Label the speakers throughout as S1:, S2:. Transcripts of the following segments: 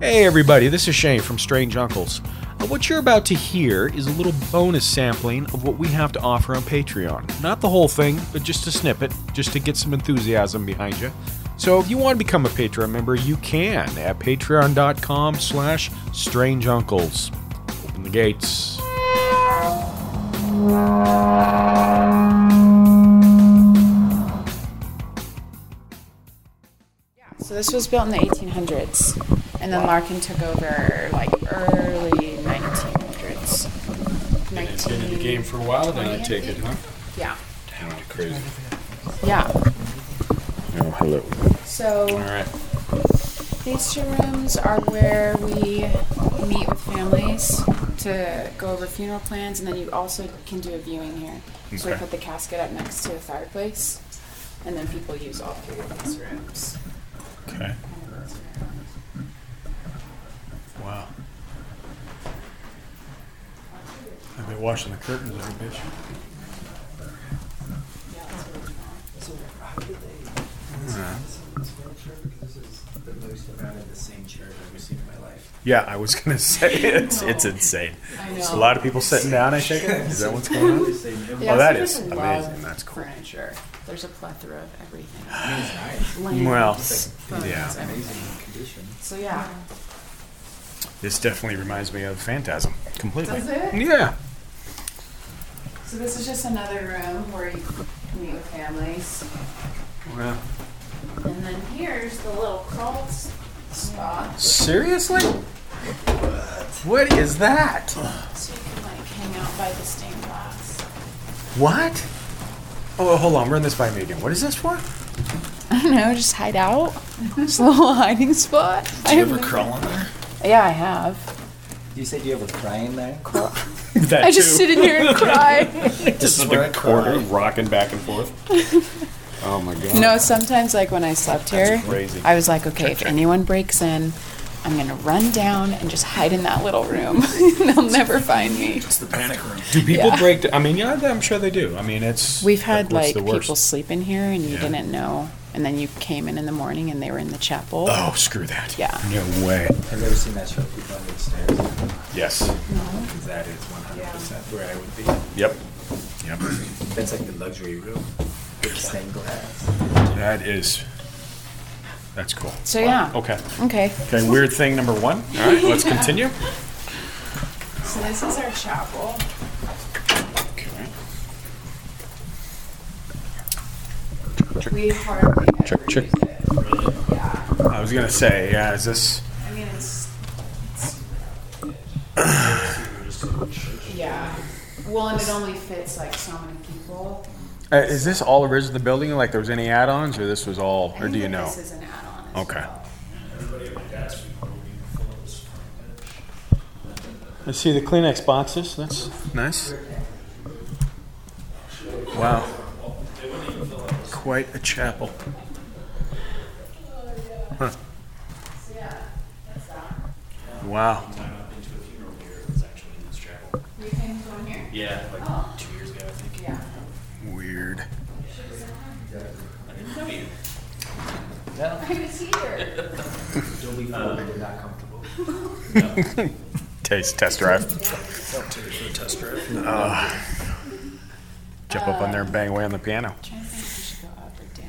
S1: Hey, everybody, this is Shane from Strange Uncles. Uh, What you're about to hear is a little bonus sampling of what we have to offer on Patreon. Not the whole thing, but just a snippet, just to get some enthusiasm behind you. So if you want to become a Patreon member, you can at patreon.com slash strangeuncles. Open the gates.
S2: So this was built in the 1800s, and then Larkin took over like early 1900s.
S1: for a while, then
S2: I take it, huh? Yeah,
S1: Crazy.
S2: yeah.
S1: Oh, hello. All
S2: So
S1: right.
S2: these two rooms are where we meet with families to go over funeral plans, and then you also can do a viewing here. So we
S1: Okay.
S2: put the casket up next to the fireplace, and then people use all three of these rooms.
S1: Okay.
S3: Wow. I've been washing the curtains like a bitch.
S4: Uh-huh. This is the most amount of the same chair I've ever seen in my life.
S3: Yeah, I was gonna say it's it's insane.
S2: I
S3: It's a lot of people sitting down. I shake it. Is that what's going on?
S4: Same every-
S2: Yeah,
S3: Oh, that
S2: so
S3: is
S2: there's a lot
S3: amazing.
S2: of
S3: That's cool.
S2: Furniture. There's a plethora of everything.
S4: It's nice.
S3: Well,
S2: Lamps, phones,
S3: yeah.
S2: everything.
S4: Amazing condition.
S2: So yeah.
S3: This definitely reminds me of Phantasm completely.
S2: Does it?
S1: Yeah.
S2: So this is just another room where you meet with families.
S1: Well,
S2: And then here's the little crawl s- spot.
S1: seriously? What is that?
S2: So you can like hang out by the stained glass.
S1: What? Oh, hold on. Run this by me again. What is this for?
S2: I don't know, just hide out. It's a little hiding spot. Do you ever crawl in there? Yeah, I have.
S4: You said you ever cry in there?
S3: That
S2: I just
S3: too.
S2: sit in here and cry.
S3: This is
S4: where I
S3: the
S4: cry.
S3: quarter rocking back and forth. Oh my god.
S2: no, sometimes like when I slept here,
S3: crazy.
S2: I was like, okay, if anyone breaks in, I'm gonna run down and just hide in that little room. They'll never find me.
S5: It's the panic room.
S1: Do people
S2: Yeah.
S1: break? I mean, yeah, I'm sure they do. I mean, it's
S2: We've had
S1: what's
S2: like
S1: the worst?
S2: people sleep in here and you
S1: Yeah.
S2: didn't know, and then you came in in the morning and they were in the chapel.
S1: Uh,
S3: Oh, screw that.
S2: Yeah.
S3: No way.
S4: I've never seen that show people under the stairs.
S3: Yes.
S4: 'Cause that is 100% where I would be.
S3: Yep. Yep.
S4: That's like the luxury room. With stained glass.
S3: That is. That's cool.
S2: So yeah.
S3: Okay.
S2: Okay.
S3: Okay. Weird thing number one. All right. Let's continue.
S2: So this is our chapel.
S3: Okay.
S2: We hardly
S3: Check, check.
S2: use it. Yeah.
S3: I was gonna say, yeah, is this?
S2: I mean, it's. it's yeah. Well, and it only fits like so many people.
S3: Uh, is this all there is to the building? Like, there was any add-ons, or this was all,
S2: I
S3: or
S2: think
S3: do you
S2: that
S3: know?
S2: This is an add-on. as
S3: Okay.
S2: well.
S3: I see the Kleenex boxes. That's nice. Wow. Quite a chapel. Huh. Wow.
S2: You came from here.
S5: Yeah, like two years ago, I think.
S2: Yeah.
S3: Weird.
S2: I was here.
S4: Dolby Fold did not comfortable.
S3: Taste test drive.
S5: Take it for a test drive.
S3: Jump up on there and bang away on the piano.
S2: trying to think if we should go up or down.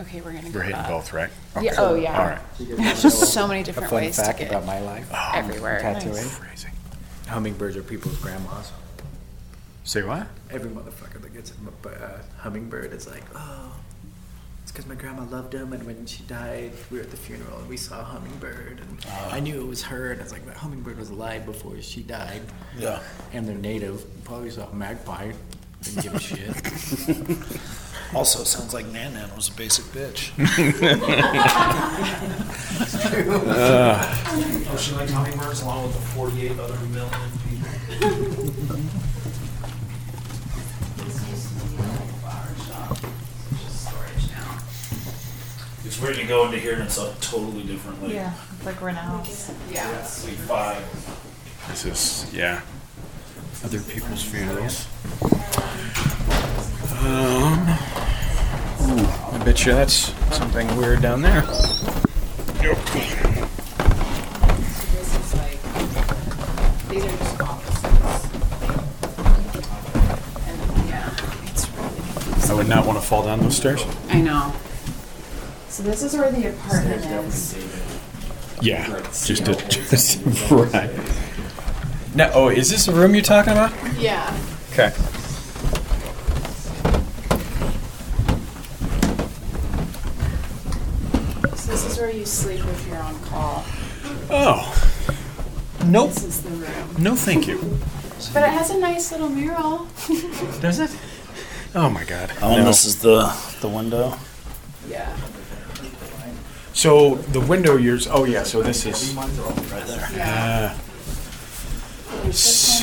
S2: Okay, we're gonna go
S3: We're hitting
S2: up.
S3: both, right?
S2: Yeah. Oh yeah.
S3: All right.
S2: There's just so many different
S4: Fun
S2: ways to
S4: fact
S2: get
S4: about my life.
S2: everywhere.
S4: Tattooing.
S3: Crazy.
S4: Hummingbirds are people's grandmas.
S3: Say what?
S4: Every motherfucker that gets a m- b- uh, hummingbird is like, oh, it's because my grandma loved him, and when she died, we were at the funeral and we saw a hummingbird, and I knew it was her, and I was like, that hummingbird was alive before she died,
S3: Yeah.
S4: and they're native. Probably saw a magpie. Didn't give a shit.
S5: Also, sounds like Nan Nan was a basic bitch. oh, she liked hummingbirds along with the 48 other million people. It's weird you go into here and it's a totally different, like,
S6: Yeah, like we're in a house.
S2: Yeah.
S5: like five.
S3: This is yeah. Other people's funerals. Um. Ooh, I bet you that's something weird down there. Yep.
S1: would not want to fall down those stairs.
S2: I know. So this is where the apartment is.
S1: Yeah, just a, just right. Now, oh, is this the room you're talking about?
S2: Yeah.
S1: Okay.
S2: So this is where you sleep if you're on call.
S1: Oh, nope.
S2: This is the room.
S1: No, thank you.
S2: But it has a nice little mural.
S1: Does it? Oh my God.
S5: Oh, and
S1: No.
S5: this is the the window.
S2: Yeah.
S1: So the window yours. Oh yeah. So this is.
S2: Yeah.
S1: Uh,
S2: There's this one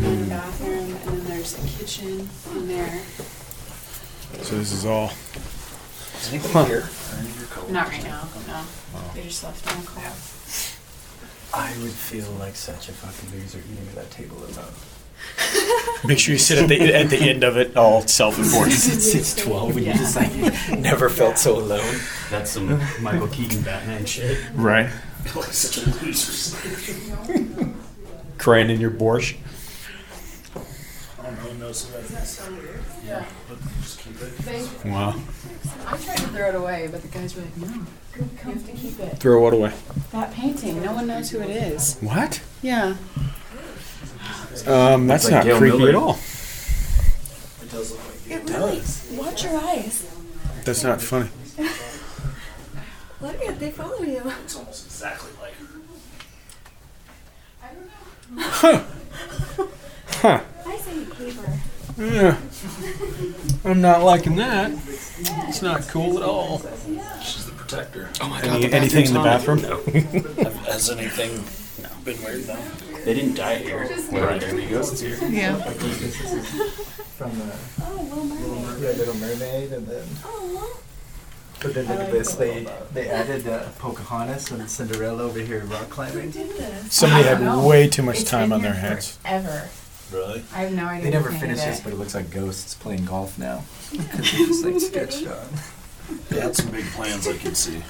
S2: too, and a bathroom, and then there's a kitchen in there.
S1: so this is all.
S2: Not right now, no. They just left on call.
S4: I would feel like such a fucking loser eating at that table alone.
S1: Make sure you sit at the at the end of it, all self-important.
S4: It's, it's 12 and Oh, you just like never felt so alone.
S7: That's some Michael Keaton Batman shit.
S1: right.
S7: Like such a loser.
S1: Crying in your borscht.
S5: Oh, no, no, so that's-
S1: Wow.
S2: I tried to throw it away, but the guys were like, no, you have to keep it.
S1: Throw it away.
S2: That painting, no one knows who it is.
S1: What?
S2: Yeah.
S1: Um, that's
S7: like
S1: not
S7: Gail
S1: creepy
S7: Miller.
S1: at all.
S2: It really, watch your eyes.
S1: That's not funny.
S8: Look at they follow you.
S1: Huh?
S8: I say you keep her.
S1: Yeah. I'm not liking that. It's not cool at all.
S5: protector.
S1: Any, anything in the bathroom?
S5: Has anything been weird though?
S7: They didn't die here. Right. There he goes. It's here.
S2: Yeah.
S4: From the
S8: Oh, Little Mermaid.
S4: Red Little Mermaid and then.
S8: Oh,
S4: But then look at this, they, they added uh, Pocahontas and Cinderella over here rock climbing.
S8: do this.
S1: Somebody had
S2: No.
S1: way too much
S2: It's
S1: time
S2: been
S1: on their
S2: here
S1: hands.
S2: Forever.
S5: Really?
S2: I have no idea.
S4: They never
S2: who painted
S4: finished this,
S2: it.
S4: but it looks like ghosts playing golf now. 'Cause they just like sketched on.
S5: They had some big plans I could see.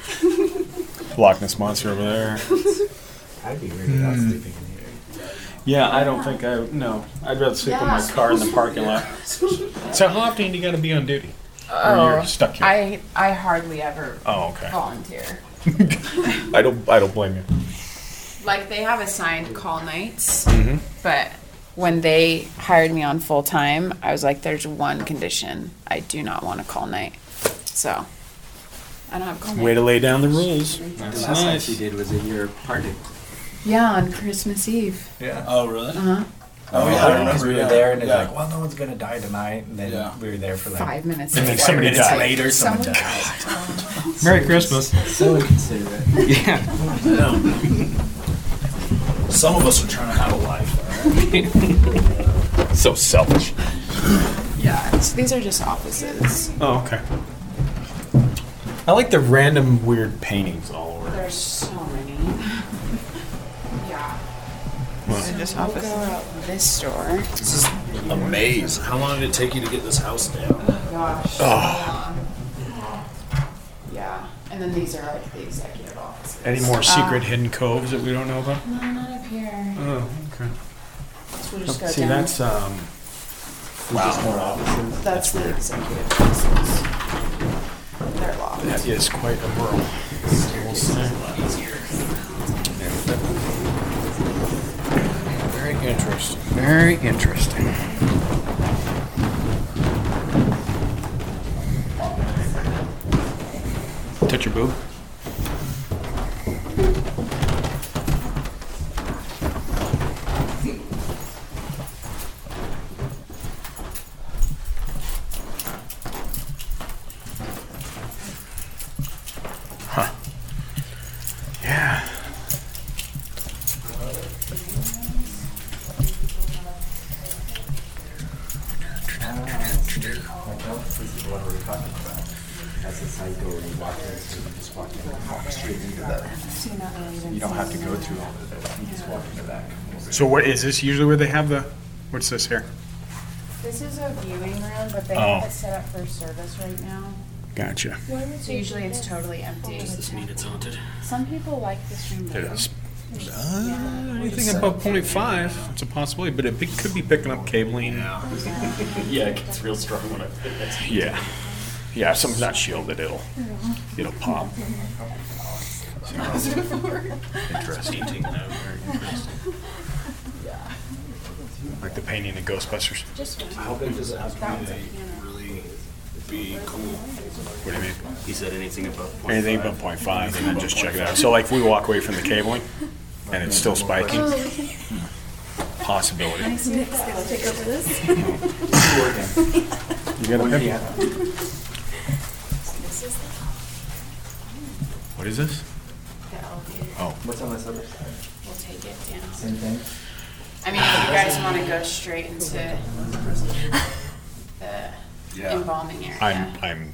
S1: Loch Ness monster over there.
S4: I'd be weirded out
S3: Hmm.
S4: sleeping in here.
S1: Yeah, I don't think I. No, I'd rather sleep in my
S2: Yeah.
S1: car in the parking lot. So how often do you got to be on duty? Or you're
S2: Oh,
S1: stuck here.
S2: I, I hardly ever
S1: oh, okay.
S2: volunteer.
S1: I don't. I don't blame you.
S2: Like, they have assigned call nights,
S1: Mm-hmm.
S2: but when they hired me on full time, I was like, there's one condition I do not want a call night. So, I don't have call
S1: Way
S2: night.
S1: to lay down the rules.
S4: The
S1: That's
S4: last night
S1: nice.
S4: she did was in your party.
S2: Yeah, on Christmas Eve.
S4: Yeah.
S5: Oh, really?
S2: Uh-huh.
S5: Oh, yeah, I
S4: Because
S5: remember.
S4: we were
S5: yeah.
S4: there and it's
S5: yeah.
S4: like, well, no one's gonna die tonight. And then
S5: Yeah.
S4: we were there for like
S2: Five minutes
S1: And then
S2: later.
S1: somebody
S2: It's like,
S1: died.
S5: Later, someone
S2: someone-
S5: died.
S1: Merry Christmas.
S4: so inconsiderate.
S5: Some of us are trying to have a life.
S1: So selfish.
S2: Yeah, so these are just offices.
S1: Oh, okay. I like the random weird paintings all over.
S2: There's so many. yeah.
S1: Well.
S2: So just offices. We'll go out this door.
S5: This is a maze. How long did it take you to get this house down?
S2: Gosh. Yeah, and then these are like the executive offices.
S1: Any more secret hidden coves that we don't know about?
S2: Uh, No, not up here.
S1: Oh, okay.
S2: So we'll just go
S1: Oh, See,
S2: down.
S1: that's um.
S2: That's the executive offices. They're locked.
S1: That is quite a whirl. Very interesting. Very interesting. Touch your boob. Yeah.
S4: Like, oh, this is the one we were talking about. That's the side door you walk in, so you just walk in and walk straight into that. You don't have to go through all of that. You just walk into that.
S1: So what is this usually where they have the? What's this here?
S2: This is a viewing room, but they
S1: have
S2: have
S1: Oh. it
S2: it set up for service right now.
S1: Gotcha.
S2: So usually it's totally empty.
S5: Does this mean it's haunted?
S2: Some people like this room.
S1: It is. Anything above 0.5, it's a possibility, but it be- could be picking up cabling.
S6: Yeah, it gets real strong when I put that.
S3: Yeah. Yeah, if something's not shielded, it'll, it'll pop.
S6: Interesting.
S3: Like the painting in Ghostbusters.
S6: How big does it have to really be cool?
S3: What do you mean?
S6: He said anything above point
S3: Anything but 0.5, and then just check it out. So like, if we walk away from the cabling, and it's still spiking, possibility.
S8: Nick's gonna take over this.
S3: You got a pimple? What is this?
S4: What's on this other side?
S2: We'll take it down.
S4: Same thing.
S2: I mean, if you guys want to go straight into the embalming area.
S3: I'm, I'm,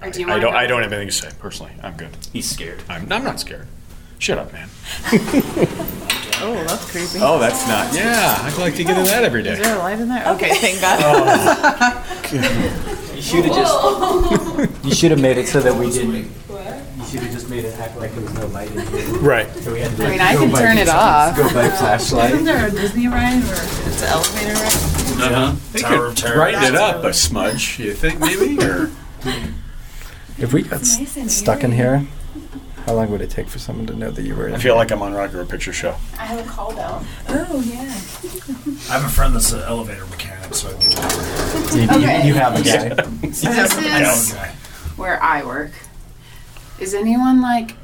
S3: I
S2: Or do you
S3: I
S2: wanna
S3: don't,
S2: go-
S3: I don't have anything to say personally. I'm good.
S6: He's scared.
S3: I'm, I'm not scared. Shut up, man.
S9: Oh, that's creepy.
S3: Oh, that's not, yeah, I'd like to get in that every
S9: Is
S3: day.
S9: there a light in there? Okay, thank God.
S4: You should have just. you should have made it so that we didn't. You should have just made it act like there was no light in here.
S3: Right.
S4: So we had to
S2: I
S4: like,
S2: mean, I
S4: go
S2: can
S4: by-
S2: turn it off.
S4: Go by flashlight.
S9: Isn't there a Disney ride or it's an elevator ride?
S6: Uh-huh.
S3: They could brighten it up a smudge, you think maybe, or?
S4: If we got s-
S8: Nice and
S4: stuck in
S8: eerie.
S4: here, how long would it take for someone to know that you were in
S3: I feel like I'm on Rocky Horror Picture Show.
S2: I have a call bell.
S8: Oh, yeah.
S5: I have a friend that's an elevator mechanic, so I can get that
S4: You, you-
S2: Okay.
S4: you have a guy.
S2: So this is
S5: guy.
S2: where I work. Is anyone like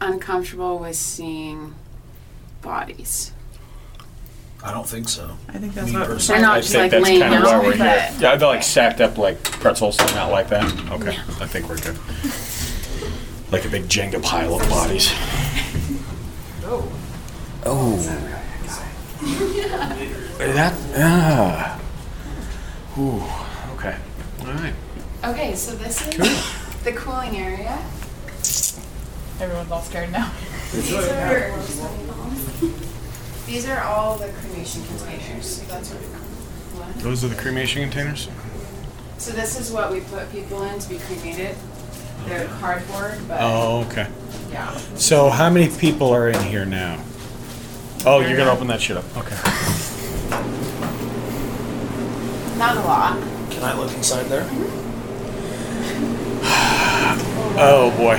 S2: uncomfortable with seeing bodies?
S5: I don't think so.
S9: I think that's
S5: Me
S9: what.
S5: personally.
S2: They're not
S3: I
S2: just
S3: think
S2: like
S3: that's
S2: laying
S3: kind of why
S2: down,
S3: we're here.
S2: but
S3: Yeah, they're like stacked up like pretzels, not like that. Okay, I think we're good. Like a big Jenga pile of bodies.
S4: Oh.
S3: That, ah. Ooh, okay. All right.
S2: okay. So this is the cooling area.
S9: Everyone's all scared now.
S2: These are these are all the cremation containers. So that's where they're from. What?
S3: Those are the cremation containers?
S2: So this is what we put people in to be cremated. They're cardboard, but
S3: Oh, okay.
S2: yeah.
S3: So how many people are in here now? Oh, you're gonna open that shit up. Okay.
S2: Not a lot.
S5: Can I look inside there?
S3: Oh, boy.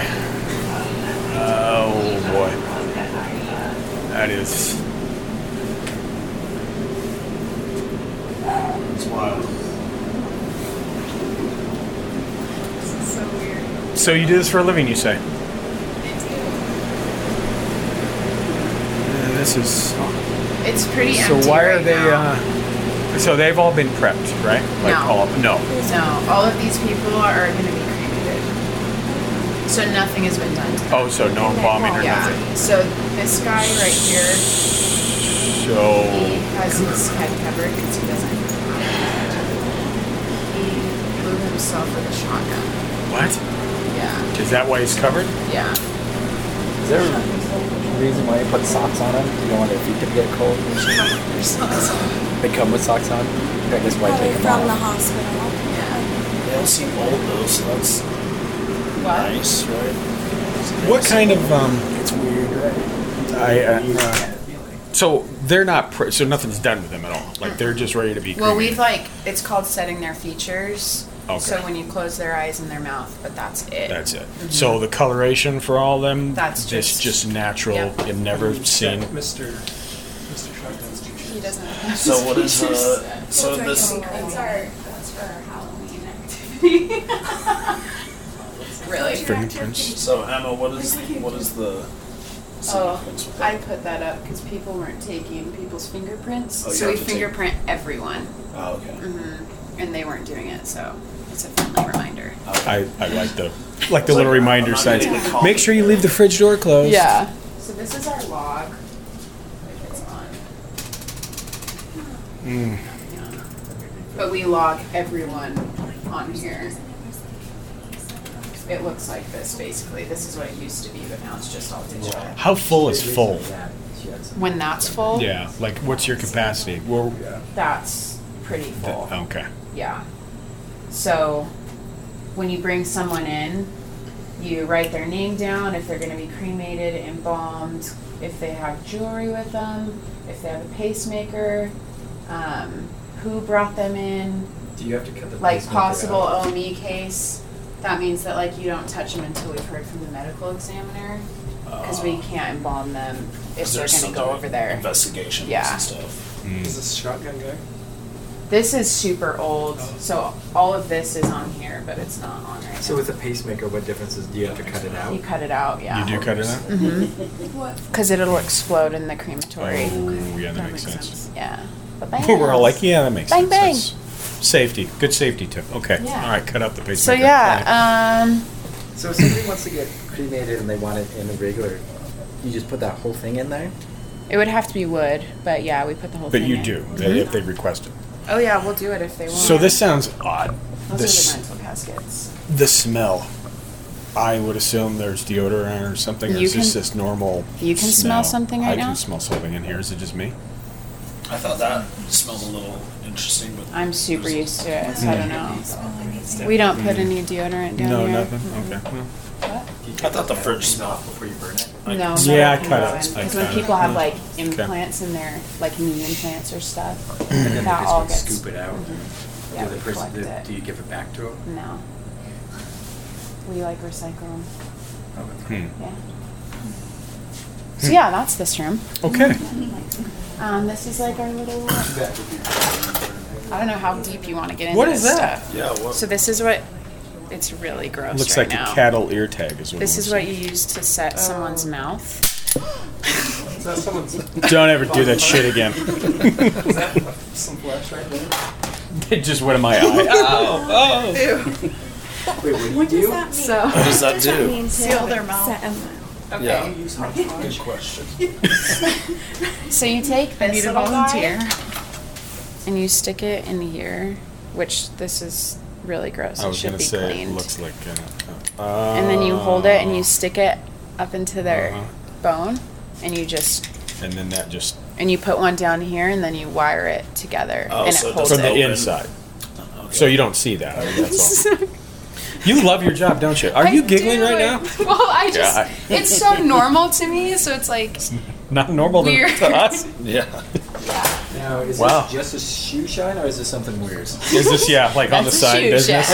S3: Oh, boy. That is.
S6: It's wild.
S8: So weird.
S3: So you do this for a living, you say? And this is.
S2: It's pretty
S3: So
S2: empty.
S3: why are
S2: right
S3: they?
S2: now.
S3: Uh, so they've all been prepped, right? Like
S2: No.
S3: all of, no.
S2: No, all of these people are going to be cremated. So nothing has been done. to them.
S3: Oh, so no embalming or
S2: yeah.
S3: nothing.
S2: So this guy right here, he
S3: So
S2: has his head covered because he doesn't. He blew himself with a shotgun.
S3: what?
S2: Yeah.
S3: Is that why he's covered?
S2: Yeah.
S4: Is there a reason why you put socks on them? Do you don't want their feet to get cold? they come with socks on? I guess why
S8: Probably
S4: take them
S8: from the
S4: off?
S8: hospital.
S5: They all seem old though, so that's
S2: What?
S5: nice, right?
S1: What kind of um?
S5: It's weird, right?
S3: I. Uh, so they're not. Pre- so nothing's done with them at all. Like they're just ready to be.
S2: Well,
S3: cremated.
S2: we've like it's called setting their features.
S3: Okay.
S2: So when you close their eyes and their mouth, but that's it.
S3: That's it. So the coloration for all of them.
S2: That's
S3: it's
S2: just-
S3: just natural.
S2: yeah.
S3: You've never seen.
S4: Mr. Mr. Shotgun's teacher.
S2: He doesn't. Have
S5: So what is
S2: features.
S5: uh? So
S8: That's
S5: this
S8: our, that's our, that's our Halloween
S2: activity. really?
S3: Fingerprints.
S5: so Emma, what is what is the? sequence
S2: Oh,
S5: with
S2: I
S5: that?
S2: put that up because people weren't taking people's fingerprints,
S5: Oh, you
S2: so we
S5: have to take-
S2: fingerprint everyone,
S5: Oh, okay.
S2: Mm-hmm. and they weren't doing it, so it's a friendly reminder.
S3: I, I like the like the little reminder
S5: I'm not
S3: signs.
S5: getting the call.
S1: Make sure you leave the fridge door closed.
S9: Yeah.
S2: So this is our log. If it's on. Yeah. Hmm. But we log everyone on here. It looks like this basically. This is what it used to be, but now it's just all digital.
S3: How full is full?
S2: When that's full,
S3: Yeah. Like what's your capacity? Well,
S2: that's pretty
S3: th-
S2: full.
S3: okay.
S2: Yeah. So when you bring someone in, You write their name down, if they're gonna be cremated, embalmed, if they have jewelry with them, if they have a pacemaker, um, who brought them in,
S4: Do you have to cut the
S2: like
S4: pacemaker out?
S2: possible OME case. That means that like you don't touch them until we've heard from the medical examiner, because
S4: Oh.
S2: we can't embalm them if they're
S6: there's
S2: gonna go
S6: something-
S2: over there.
S6: Investigations
S2: Yeah.
S6: and stuff.
S4: Is this shotgun guy?
S2: This is super old, so all of this is on here, but it's not on right
S4: So with a pacemaker, what differences do you have to cut it
S2: now.
S4: out?
S2: You cut it out, yeah.
S3: You do cut it out?
S2: Because it'll explode in the crematory.
S3: Oh, yeah, that makes sense.
S2: Yeah.
S3: We're all like, yeah, that makes
S2: Bang,
S3: sense.
S2: bang.
S3: That's Safety, good safety tip. Okay,
S2: Yeah.
S3: all right, cut out the pacemaker.
S2: So yeah, um,
S4: So if somebody wants to get cremated and they want it in a regular, you just put that whole thing in there.
S2: um, it would have to be wood, but yeah, we put the whole
S3: But
S2: thing
S3: you
S2: in.
S3: do, they- if they request it.
S2: Oh yeah, we'll do it if um, Mm-hmm. they want.
S3: So this sounds odd.
S2: Those are
S3: This,
S2: the rental caskets.
S3: the smell. I would assume there's deodorant or something, or
S2: You
S3: is this
S2: can-
S3: this normal
S2: you can smell something right
S3: I
S2: now?
S3: can smell something in here. Is it just me?
S6: I thought that smelled a little interesting, but
S2: I'm super used to it, so I don't know.
S8: smell anything.
S2: We don't put any deodorant down
S3: Mm. No,
S2: here. Mm-hmm.
S3: nothing? Okay. well.
S6: I thought the fridge smelled.
S4: before you burn it.
S2: No, not
S3: Yeah, I
S2: open
S3: cut it.
S2: oven,
S3: I
S2: 'cause when
S3: cut it.
S2: people have
S3: Mm.
S2: like implants in their like knee implants or stuff,
S4: And
S2: that
S4: then they
S2: all
S4: just
S2: gets mhm.
S4: scoop it out.
S2: Yeah,
S4: do,
S2: we
S4: the person, do,
S2: collect it.
S4: do you give it back to them?
S2: No. We like recycle them.
S3: Hmm.
S2: Yeah. So yeah, that's this room.
S3: Okay.
S2: Um, this is like our little. I don't know how deep you want to get into
S3: What
S2: this
S3: is that?
S2: stuff.
S6: Yeah, what?
S2: So this is what. It's really gross
S3: Looks
S2: right
S3: like
S2: now.
S3: a cattle ear tag is what
S2: This
S3: it
S2: is what
S3: looks
S2: you use to set
S9: Oh.
S2: someone's mouth.
S4: Is that someone's?
S3: like. Don't ever do that shit again.
S4: is that some flesh right there?
S3: It just went in my eye.
S4: Wait, wait, what you?
S2: So
S6: What does that do?
S8: Seal
S9: their mouth.
S6: Yeah. Good question.
S2: so you take
S9: I
S2: this
S9: need a
S2: little guy
S9: volunteer.
S2: and you stick it in here, which this is really gross.
S3: I was
S2: it should
S3: gonna
S2: be
S3: say
S2: cleaned.
S3: it looks like. Uh,
S2: and then you hold it and you stick it up into their
S3: Uh-huh.
S2: bone and you just
S3: And then that just
S2: and you put one down here and then you wire it together
S6: Oh,
S2: and
S6: so
S2: it
S6: it
S2: holds
S3: from
S6: doesn't-
S2: it.
S3: the
S6: open.
S3: inside. So you don't see that. That's all. You love your job, don't you? Are you
S2: I
S3: giggling
S2: do
S3: right now?
S2: it. Well, I just
S3: Yeah,
S2: it's so normal to me, so it's like
S3: Not normal to,
S2: Weird.
S3: to us.
S6: Yeah.
S4: Now, is
S3: Wow.
S4: this just a shoe shine or is this something weird?
S3: Is this yeah, like on the
S2: That's a
S3: side
S2: shoe
S3: business?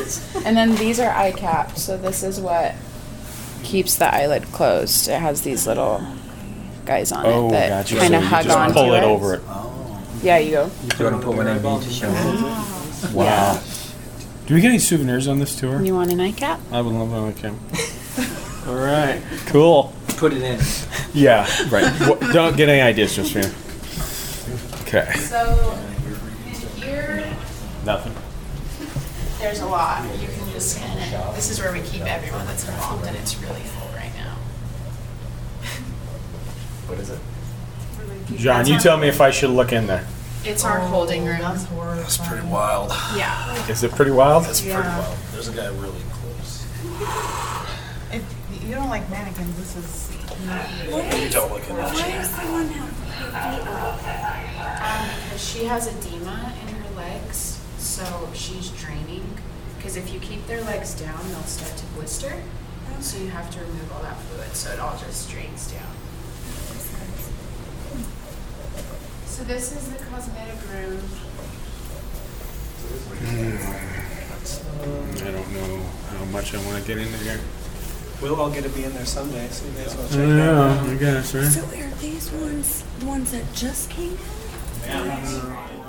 S2: shine.
S3: No.
S2: and then these are eye caps, so this is what keeps the eyelid closed. It has these little guys on
S3: Oh,
S2: it that
S3: gotcha.
S2: kind
S3: so
S2: of
S3: you
S2: hug
S3: just
S2: on
S3: pull it over it.
S4: Oh.
S2: Yeah, you go.
S4: Do you want to put one in me to show me?
S3: Wow. Do we get any souvenirs on this tour?
S2: You want an eye cap?
S3: I would love that on camera. All right. Cool.
S4: Put it in.
S3: Yeah. Right. Wha- don't get any ideas just here. Okay.
S2: So in here
S3: Nothing.
S2: there's a lot. You can just kind of. This is where we keep everyone that's involved, and it's really full right now.
S4: What is it?
S3: John, you tell me if I should look in there.
S2: It's our holding room.
S6: That's pretty wild.
S2: Yeah.
S3: Is it pretty wild?
S6: That's pretty wild. There's a guy really close.
S9: If you don't like mannequins, this is not.
S6: You don't look in that.
S8: Why does someone have to put feet up?
S2: Because Uh, she has edema in her legs, so she's draining. Because if you keep their legs down, they'll start to blister. So you have to remove all that fluid, so it all just drains down. So this is the cosmetic room.
S3: I don't know how much I want to get into here.
S10: We'll all get to be in there someday, so you may as well
S3: Oh,
S10: check it out.
S3: Yeah, I guess, right?
S8: So are these ones the ones that just came out?
S3: Oh,